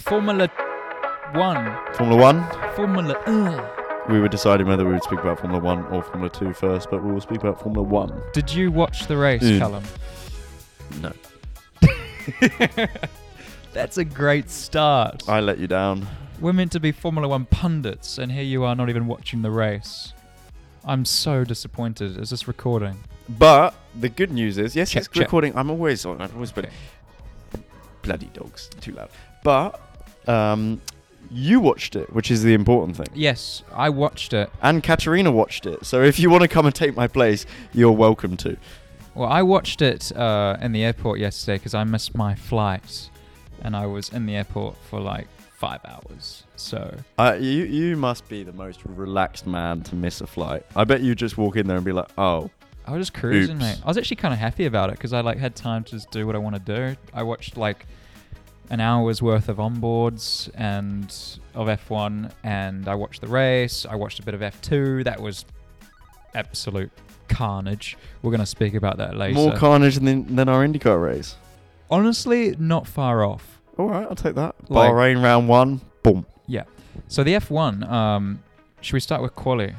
Formula One. Formula One. Formula. E. Ugh. We were deciding whether we would speak about Formula One or Formula Two first, but we will speak about Formula One. Did you watch the race, Mm. Callum? No, That's a great start. I let you down. We're meant to be Formula One pundits, and here you are not even watching the race. I'm so disappointed. Is this recording? But the good news is, yes, Check, it's check. recording. I'm always on. I've always been Okay. bloody dogs too loud. But um, you watched it, which is the important thing. Yes, I watched it. And Katerina watched it. So if you want to come and take my place, you're welcome to. Well, I watched it uh, in the airport yesterday because I missed my flight, and I was in the airport for like five hours. So Uh, you you must be the most relaxed man to miss a flight. I bet you just walk in there and be like, oh, I was just cruising, Oops. mate. I was actually kind of happy about it because I like had time to just do what I want to do. I watched like an hour's worth of onboards and of F1, and I watched the race. I watched a bit of F2. That was absolute carnage. We're gonna speak about that later. more carnage than than our IndyCar race. Honestly, not far off. All right, I'll take that. Like- Bahrain round one, boom, So the F1. Um, should we start with quali?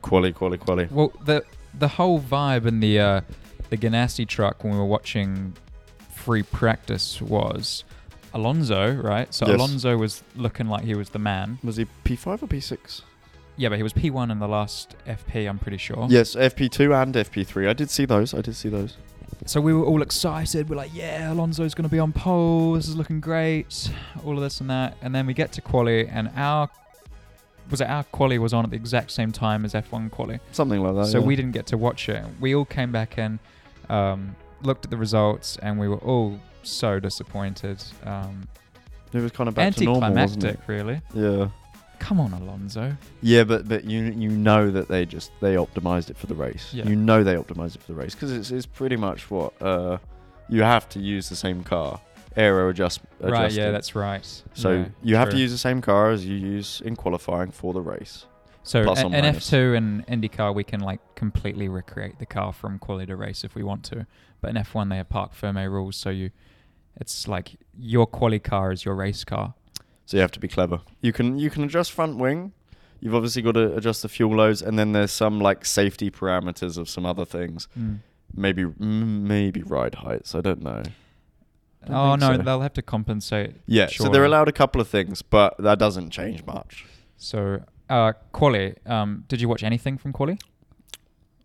quali, quali, quali. Well, the the whole vibe in the uh, the Ganassi truck when we were watching free practice was Alonso, right? So Yes. Alonso was looking like he was the man. Was he P5 or P6? Yeah, but he was P1 in the last FP, I'm pretty sure. Yes, FP2 and FP3. I did see those. I did see those. So we were all excited. We're like, yeah, Alonso's going to be on pole. This is looking great. All of this and that. And then we get to quali, and our was it our quali was on at the exact same time as F1 quali. Something like that. so Oh, yeah. we didn't get to watch it. We all came back in, um, looked at the results, and we were all so disappointed. Um, It was kind of back to normal, wasn't anticlimactic, it? really. Yeah. Come on, Alonso. Yeah, but but you you know that they just they optimized it for the race. Yeah. You know they optimized it for the race because it's it's pretty much what uh you have to use the same car aero adjust. Right, yeah, adjusted. that's right. so Yeah, you have to true. use the same car as you use in qualifying for the race. So plus a- or in minus. F2 and IndyCar, we can like completely recreate the car from quali to race if we want to. But in F1, they have parc ferme rules, so you, it's like your quali car is your race car. So you have to be clever. You can you can adjust front wing. You've obviously got to adjust the fuel loads, and then there's some like safety parameters of some other things. Oh, Maybe m- maybe ride heights. I don't know. Don't Oh think no, so. they'll have to compensate. Yeah, so they're surely. allowed a couple of things, but that doesn't change much. So, uh, quali. Um, did you watch anything from quali?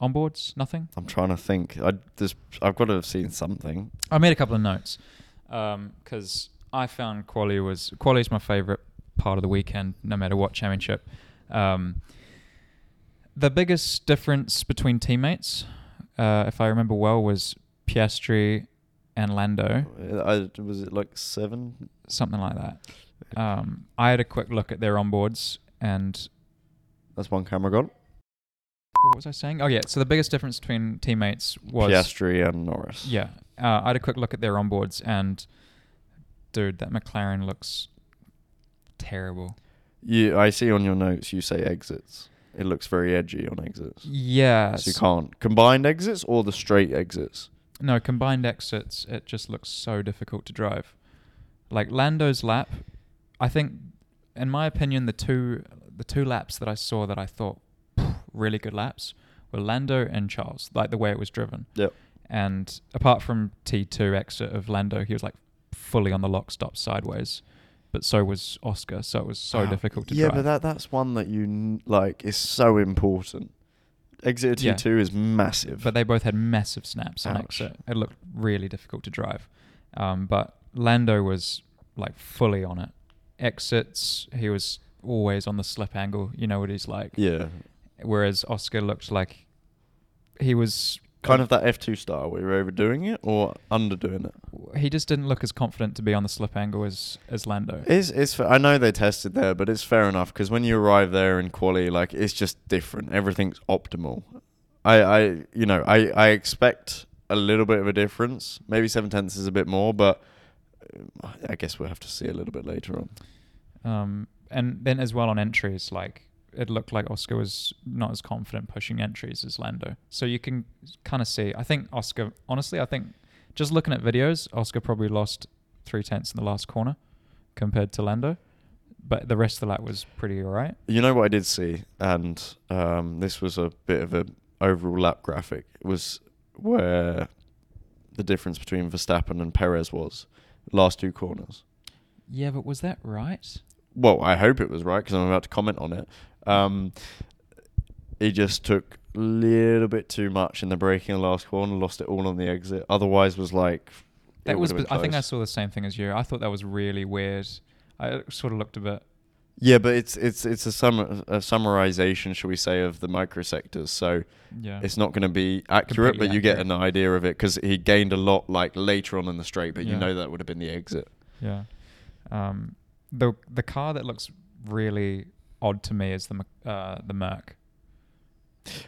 Onboards, nothing. I'm trying to think. I just I've got to have seen something. I made a couple of notes because I found quali was quali is my favorite part of the weekend, no matter what championship. Um, the biggest difference between teammates, uh, if I remember well, was Piastri and Lando, I, was it like seven? something like that. Um, I had a quick look at their onboards and That's one camera gone. what was I saying? Oh yeah, so the biggest difference between teammates was Piastri and Norris. Yeah, uh, I had a quick look at their onboards, and dude, that McLaren looks terrible. You, I see on your notes you say exits. It looks very edgy on exits. Yeah. So you s- can't combined exits or the straight exits. No, combined exits, it just looks so difficult to drive. Like Lando's lap, I think, in my opinion, the two the two laps that I saw that I thought "Phew, really good laps were Lando and Charles, like the way it was driven. Yep. And apart from T2 exit of Lando, he was like fully on the lock stop sideways, but so was Oscar, so it was so Wow. difficult to yeah, drive. but that that's one that you n- like is so important. Exit T Yeah. two is massive. but they both had massive snaps on Ouch. exit. It looked really difficult to drive. Um, but Lando was like fully on it. Exits, he was always on the slip angle. You know what he's like. yeah, Whereas Oscar looked like he was kind of that F two style where you're overdoing it or underdoing it. He just didn't look as confident to be on the slip angle as as Lando. It's, it's fa- I know they tested there, but it's fair enough because when you arrive there in quali, like it's just different. Everything's optimal. I, I you know, I, I expect a little bit of a difference. Maybe seven tenths is a bit more, but um, I guess we'll have to see a little bit later on. Um, and then as well on entries, like it looked like Oscar was not as confident pushing entries as Lando. So you can kind of see. I think Oscar, honestly, I think just looking at videos, Oscar probably lost three tenths in the last corner compared to Lando, but the rest of the lap was pretty alright. You know what I did see, and um, this was a bit of a overall lap graphic was where the difference between Verstappen and Perez was last two corners. Yeah, but was that right? Well, I hope it was right because I'm about to comment on it. Um, he just took a little bit too much in the braking in the last corner, lost it all on the exit. Otherwise, was like it That was. would've been I think I close. saw the same thing as you. I thought that was really weird. I sort of looked a bit. Yeah, but it's it's it's a sum a summarization, shall we say, of the microsectors. So Yeah. it's not going to be accurate, Completely but you get accurate. an idea of it because he gained a lot like later on in the straight, but you Yeah. know that would have been the exit. Yeah. Um, the the car that looks really odd to me is the Mc- uh, the Merc.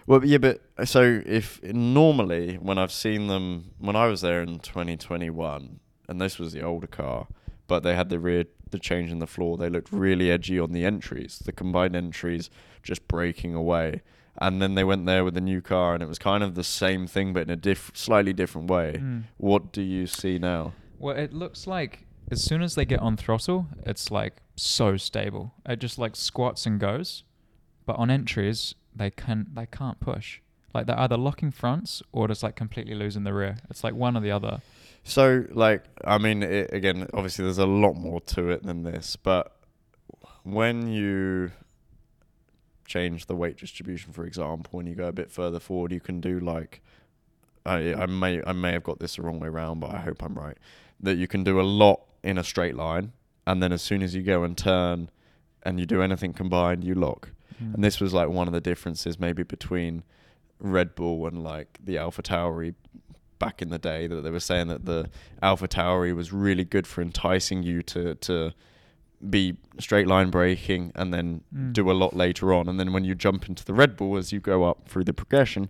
Well, yeah, but so if normally when I've seen them when I was there in 2021, and this was the older car, but they had the rear the change in the floor, they looked really edgy on the entries, the combined entries just breaking away. And then they went there with the new car, and it was kind of the same thing, but in a diff- slightly different way. Mm. What do you see now? Well, it looks like as soon as they get on throttle, it's like so stable. It just like squats and goes. But on entries, they can they can't push. Like they're either locking fronts or just like completely losing the rear. It's like one or the other. So, like, I mean, it, again, obviously, there's a lot more to it than this, but when you change the weight distribution, for example, and you go a bit further forward, you can do like, I, I may, I may have got this the wrong way around, but I hope I'm right. That you can do a lot in a straight line, and then as soon as you go and turn, and you do anything combined, you lock. And this was like one of the differences maybe between Red Bull and like the Alpha Tauri back in the day that they were saying that the Alpha Tauri was really good for enticing you to to be straight line braking and then Mm. do a lot later on. And then when you jump into the Red Bull as you go up through the progression,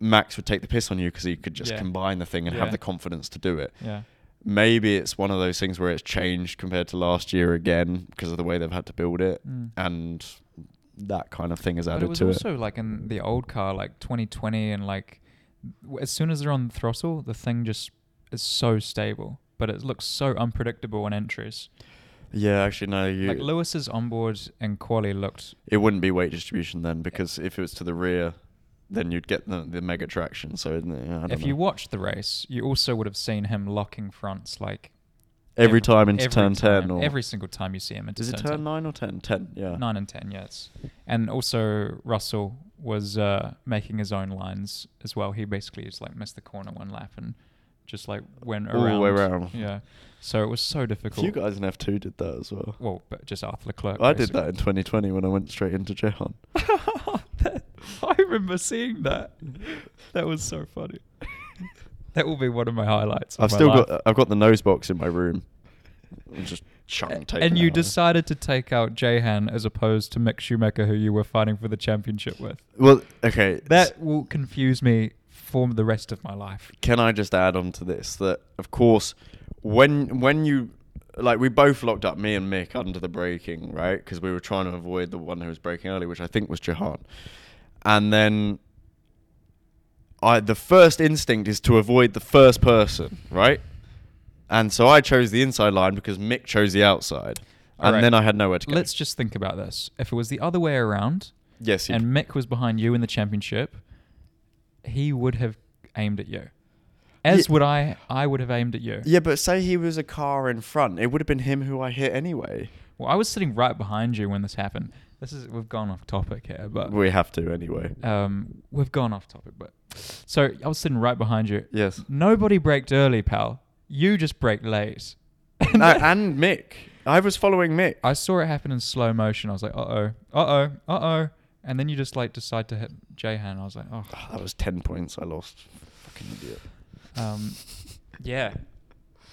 Max would take the piss on you because he could just Yeah. combine the thing and Yeah. have the confidence to do it yeah. maybe it's one of those things where it's changed compared to last year again because of the way they've had to build it Mm. and that kind of thing is But it added was to it. also like in the old car, like 2020, and like w- as soon as they're on the throttle, the thing just is so stable, but it looks so unpredictable in entries. Yeah, actually, no, you, Like Lewis's onboard and quali looked. it wouldn't be weight distribution then because if it was to the rear, then you'd get the, the mega traction. So isn't it? I don't If know. you watched the race, you also would have seen him locking fronts like every time into every turn time, ten or every single time you see him into is it turn turn 10. nine or ten? Ten, yeah. nine and ten, yes. And also Russell was uh, making his own lines as well. He basically just like missed the corner one lap and just like went All around. the way around. Yeah. So it was so A difficult. few guys in F two did that as well. Well, but just Arthur Leclerc. I did that in 2020 when I went straight into Jehan. that. I remember seeing that. That was so funny. that will be one of my highlights. of I've my still life. got uh, I've got the nose box in my room. I'm just A- chucking tape and it you out. decided to take out Jahan as opposed to Mick Schumacher, who you were fighting for the championship with. Well, okay. That will confuse me for the rest of my life. can I just add on to this that of course when when you like we both locked up me and Mick under the braking, right? Because we were trying to avoid the one who was braking early, which I think was Jahan. And then I the first instinct is to avoid the first person, right? And so I chose the inside line because Mick chose the outside. And Alright. then I had nowhere to go. Let's just think about this. If it was the other way around, yes, you and Mick was behind you in the championship, he would have aimed at you. As Ye- would I. I would have aimed at you. Yeah, but say he was a car in front, it would have been him who I hit anyway. Well, I was sitting right behind you when this happened. This is we've gone off topic here, but we have to anyway. um we've gone off topic. But so I was sitting right behind you. yes. Nobody braked early, pal. You just braked late. No, and Mick. I was following Mick. I saw it happen in slow motion. I was like, uh oh, uh oh, uh oh, and then you just like decide to hit Jahan. I was like, oh, Ah, that was 10 points I lost. Fucking idiot. Um, yeah.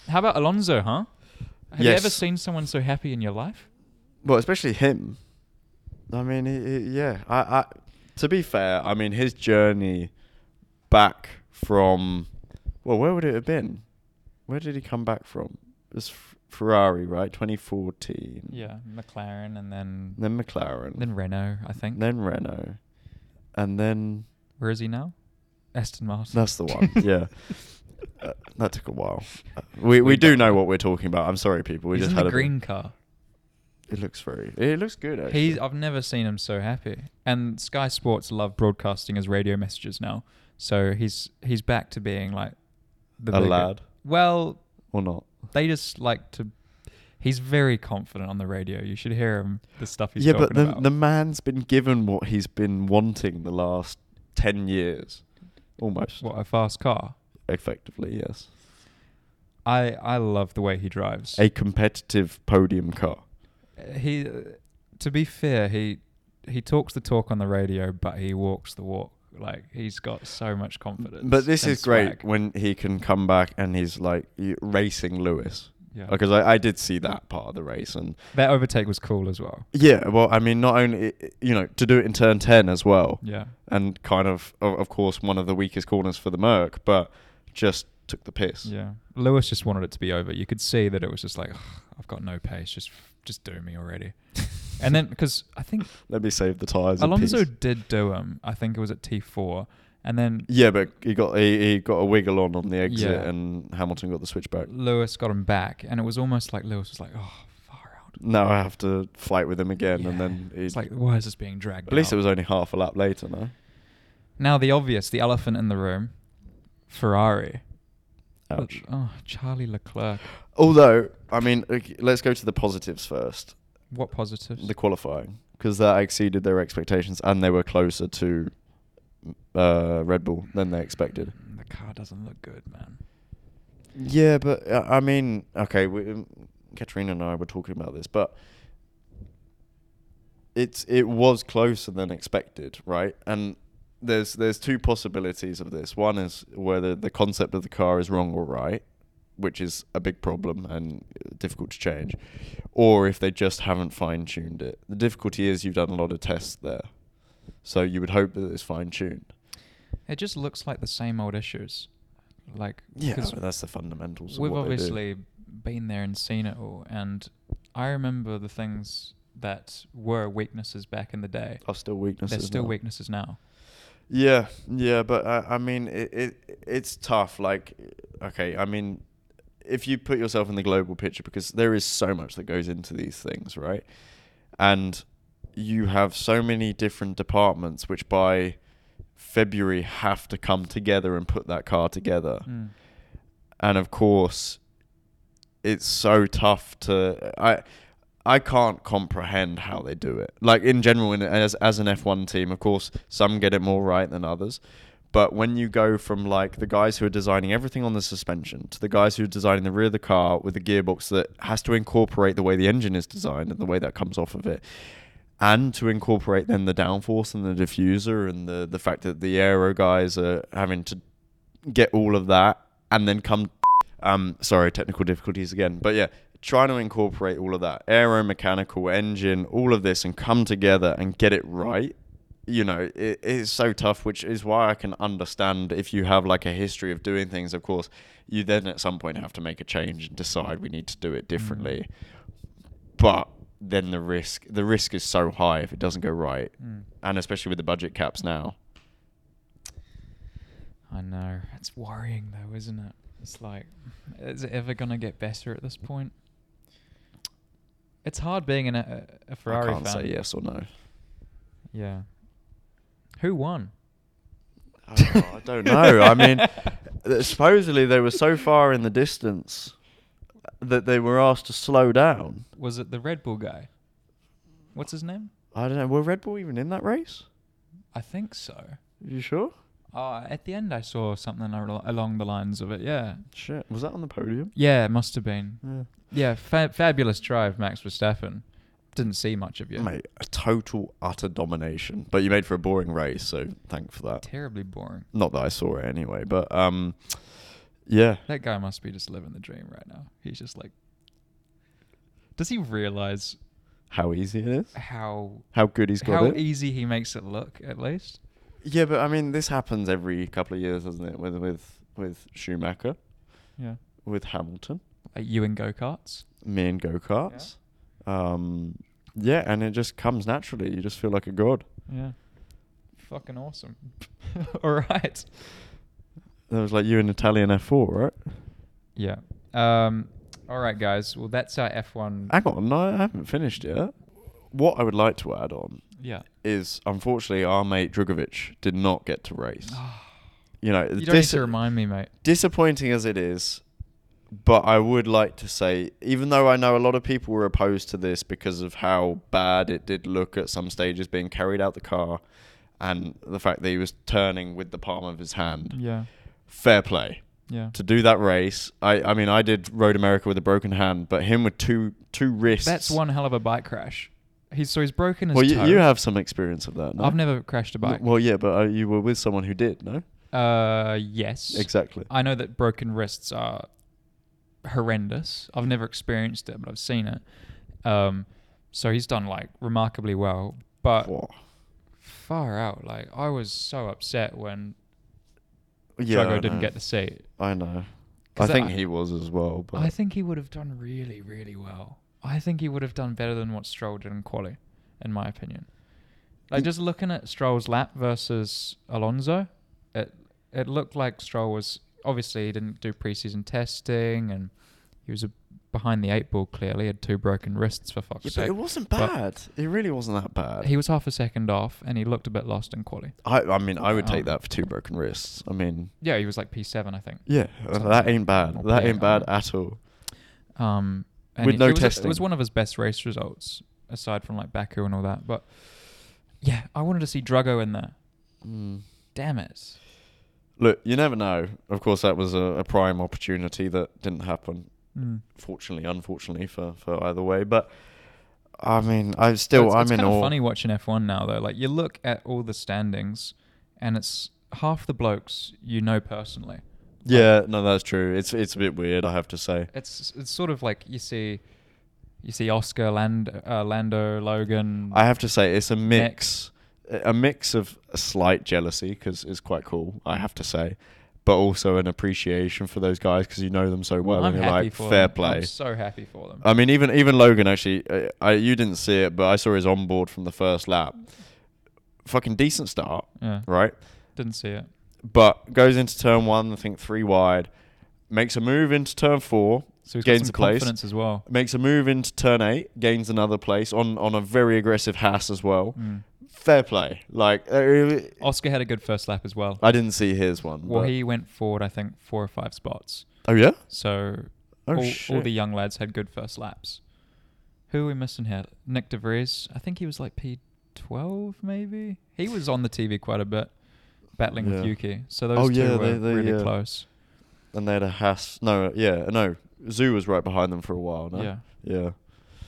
How about Alonso, huh? Have you Yes. ever seen someone so happy in your life? Well, especially him. I mean, he, he, yeah. I, I, to be fair, I mean, his journey back from. Well, where would it have been? Where did he come back from? It was F- Ferrari, right? 2014. Yeah, McLaren and then Then McLaren. then Renault, I think. Then Renault. And then. Where is he now? Aston Martin. That's the one, yeah. Uh, that took a while. Uh, We we do know what we're talking about. I'm sorry, people. We He's just in had the a green car. It looks very. It looks good actually. He's, I've never seen him so happy. And Sky Sports love broadcasting his radio messages now. So he's he's back to being like a bigger- lad Well, or not? they just like to. He's very confident on the radio. You should hear him. The stuff he's yeah, talking but the about. the man's been given what he's been wanting the last ten years, almost. what a fast car. Effectively, yes. I I love the way he drives. A competitive podium car. he, to be fair, he he talks the talk on the radio, but he walks the walk. Like he's got so much confidence. But this and is great swag. when he can come back and he's like y- racing Lewis. yeah. Because I, I did see that part of the race and that overtake was cool as well. yeah, well, I mean, not only you know to do it in turn ten as well. Yeah. and kind of, o- of course, one of the weakest corners for the Merc, but just took the piss. Yeah, Lewis just wanted it to be over. You could see that it was just like, "Ugh, I've got no pace. Just, just do me already. and then because I think Let me save the tires. in Alonso peace. did do him. I think it was at T four, and then Yeah, but he got he, he got a wiggle on on the exit, Yeah. and Hamilton got the switchback. Lewis got him back, and it was almost like Lewis was like, oh, far out. Now I have to fight with him again, and Yeah. then he, It's like, why is this being dragged? at least out? it was only half a lap later. No, now the obvious, the elephant in the room, Ferrari. ouch. Oh, Charlie Leclerc. Although, I mean, ok- let's go to the positives first. What positives? The qualifying, because that exceeded their expectations, and they were closer to uh, Red Bull than they expected. Mm, The car doesn't look good, man. Yeah, but uh, I mean, okay, we, um, Katrina and I were talking about this, but it's it was closer than expected, right? And there's there's two possibilities of this. One is whether the concept of the car is wrong or right, which is a big problem and uh, difficult to change, or if they just haven't fine tuned it. The difficulty is you've done a lot of tests there, so you would hope that it's fine tuned. It just looks like the same old issues. Like Yeah, 'cause but that's the fundamentals. of We've what they do. obviously been there and seen it all, and I remember the things that were weaknesses back in the day. are still weaknesses. They're still now. weaknesses now. Yeah, yeah, but uh, I, I mean, it, it it's tough. Like, okay, I mean, if you put yourself in the global picture, because there is so much that goes into these things, right? And you have so many different departments which by February have to come together and put that car together. Mm. And of course, it's so tough to I I can't comprehend how they do it. Like in general, in, as as an F1 team, of course, some get it more right than others. But when you go from like the guys who are designing everything on the suspension to the guys who are designing the rear of the car with a gearbox that has to incorporate the way the engine is designed and the way that comes off of it, and to incorporate then the downforce and the diffuser and the the fact that the aero guys are having to get all of that and then come um sorry technical difficulties again but yeah trying to incorporate all of that aero mechanical engine all of this and come together and get it right you know it is so tough which is why i can understand if you have like a history of doing things of course you then at some point have to make a change and decide we need to do it differently but then the risk the risk is so high if it doesn't go right Mm. and especially with the budget caps now I know. It's worrying though, isn't it? It's like, is it ever gonna get better at this point? It's hard being an, a, a Ferrari i can't fan. say yes or no Yeah. Who won? Oh, I don't know. I mean, th- supposedly they were so far in the distance that they were asked to slow down. Was it the Red Bull guy? What's his name? I don't know. Were Red Bull even in that race? I think so. You sure? Uh, at the end, I saw something al- along the lines of it. Yeah. Shit. Was that on the podium? Yeah, it must have been. Yeah. Yeah, fa- fabulous drive, Max Verstappen. Didn't see much of you. Mate, a total utter domination. But you made for a boring race, so thank for that. Terribly boring. Not that I saw it anyway, but um, yeah. That guy must be just living the dream right now. He's just like. Does he realize How easy it is. how How good he's got how it. easy he makes it look? At least. yeah, but I mean, this happens every couple of years, doesn't it? With with with Schumacher, Yeah. with Hamilton. Like you in go karts. me and go karts. Um, yeah, and it just comes naturally. You just feel like a god. Yeah. Fucking awesome. All right. That was like you and Italian F4, right? Yeah. Um, all right, guys. Well, that's our F1. Hang on, no, I haven't finished yet. What I would like to add on yeah. is, unfortunately, our mate Drugovic did not get to race. You know, you don't dis- need to remind me, mate. disappointing as it is, but I would like to say, even though I know a lot of people were opposed to this because of how bad it did look at some stages being carried out the car and the fact that he was turning with the palm of his hand, Yeah. fair play. Yeah. To do that race, I, I mean, I did Road America with a broken hand, but him with two two wrists. That's one hell of a bike crash. He's so he's broken his Well, you, toe. you have some experience of that. No? I've never crashed a bike. Well, yeah, but uh, you were with someone who did, no? uh, yes. Exactly. I know that broken wrists are horrendous. I've never experienced it, but I've seen it. Um, so he's done like remarkably well. But Whoa. far out, like I was so upset when Yeah, I Drago didn't know. get the seat. I know. 'Cause that- I think he was as well. But I think he would have done really, really well. I think he would have done better than what Stroll did in quali, in my opinion. Like Mm. just looking at Stroll's lap versus Alonso, it it looked like Stroll was obviously he didn't do preseason testing and he was a, behind the eight ball clearly. He had two broken wrists for fuck's Yeah, but sake. it wasn't But- bad. it really wasn't that bad. He was half a second off and he looked a bit lost in quali. I, I mean, I would take Wow. that for two broken wrists. I mean, Yeah, he was like P seven, I think. yeah, Something that ain't bad. like- That Yeah, ain't bad I- at all. Um, and With it- no it was, It was testing. one of his best race results, aside from like Baku and all that. But yeah, I wanted to see Drago in there. Damn it! Mm. Look, you never know. Of course, that was a, a prime opportunity that didn't happen. Mm. Fortunately, unfortunately for, for either way. But I mean, I still it's, I'm it's in kind awe. of funny watching F1 now though. Like you look at all the standings, and it's half the blokes you know personally. Yeah, no, that's true. It's it's a bit weird, I have to say. It's it's sort of like you see, you see Oscar Land, uh, Lando Logan. I have to say, it's a mix, a mix of a slight jealousy because it's quite cool. I have to say, but also an appreciation for those guys because you know them so well I'm and happy you're like, for fair them. play. I'm so happy for them. I mean, even even Logan actually, uh, I you didn't see it, but I saw his onboard from the first lap. Fucking decent start, yeah, right? didn't see it. But goes into turn one, I think three wide, makes a move into turn four, So he's gains got some a place, confidence as well. makes a move into turn eight, gains another place on on a very aggressive Haas as well. Mm. Fair play, like uh, Oscar had a good first lap as well. I didn't see his one. Well, but- he went forward, I think, four or five spots. oh yeah. So Oh all, all shit. the young lads had good first laps. Who are we missing here? Nick De Vries. I think he was like P12, maybe. He was on the TV quite a bit, battling Yeah. with Yuki. So those Oh, two yeah, were they- they, really uh, close. and they had a Haas. No, yeah, no. Zoo was right behind them for a while. No? Yeah. Yeah.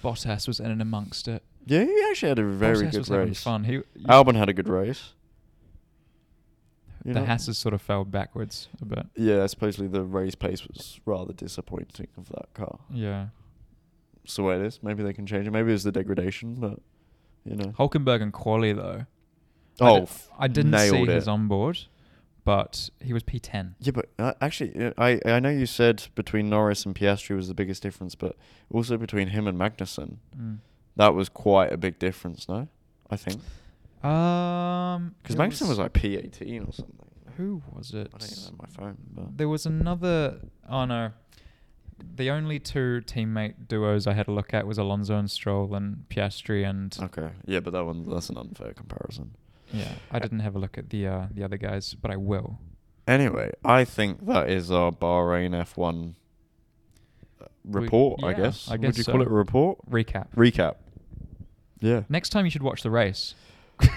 Bottas was in and amongst it. Yeah, he actually had a very Bottas good was having race. fun. He, Albon had a good race. You the know? Hasses sort of fell backwards a bit. Yeah, supposedly the race pace was rather disappointing of that car. Yeah. It's the way it is. Maybe they can change it. Maybe it was the degradation, but you know. Hulkenberg and Quali, though. I, oh, did, I didn't see nailed his it. onboard, but he was P10. yeah, but uh, actually, uh, I I know you said between Norris and Piastri was the biggest difference, but also between him and Magnussen, Mm. that was quite a big difference. No, I think Um, because there Magnussen was, like P eighteen or something. who was it? I don't even have my phone. But There was another. Oh no, the only two teammate duos I had a look at was Alonso and Stroll and Piastri and okay, yeah, but that one that's an unfair comparison. yeah. I didn't have a look at the uh, the other guys, but I will. Anyway, I think that is our Bahrain F1 We- report, I yeah, guess. I Would guess you so. call it a report? Recap. Recap. Yeah. Next time you should watch the race.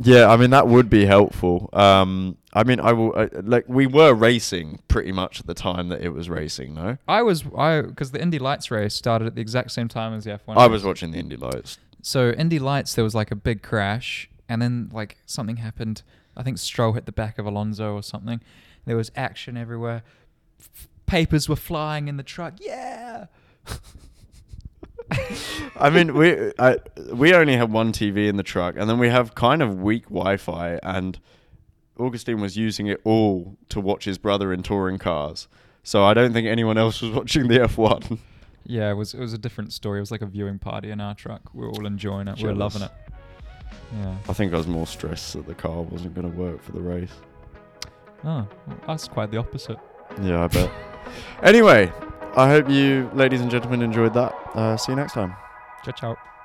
Yeah, I mean that would be helpful. Um I mean I will I, like we were racing pretty much at the time that it was racing, no? I was I because the Indy Lights race started at the exact same time as the F1. I was race. watching the Indy Lights. So Indy Lights, there was like a big crash, and then like something happened. I think Stroll hit the back of Alonso or something. There was action everywhere. F- papers were flying in the truck. Yeah. I mean we I, we only had one TV in the truck and then we have kind of weak Wi-Fi and Augustine was using it all to watch his brother in touring cars. So I don't think anyone else was watching the F1. Yeah, it was it was a different story. It was like a viewing party in our truck. We were all enjoying it. We were Jealous. loving it. Yeah. I think I was more stressed that the car wasn't going to work for the race. Oh, well, that's quite the opposite. Yeah, I bet. anyway, I hope you, ladies and gentlemen, enjoyed that. Uh, see you next time. Ciao, ciao.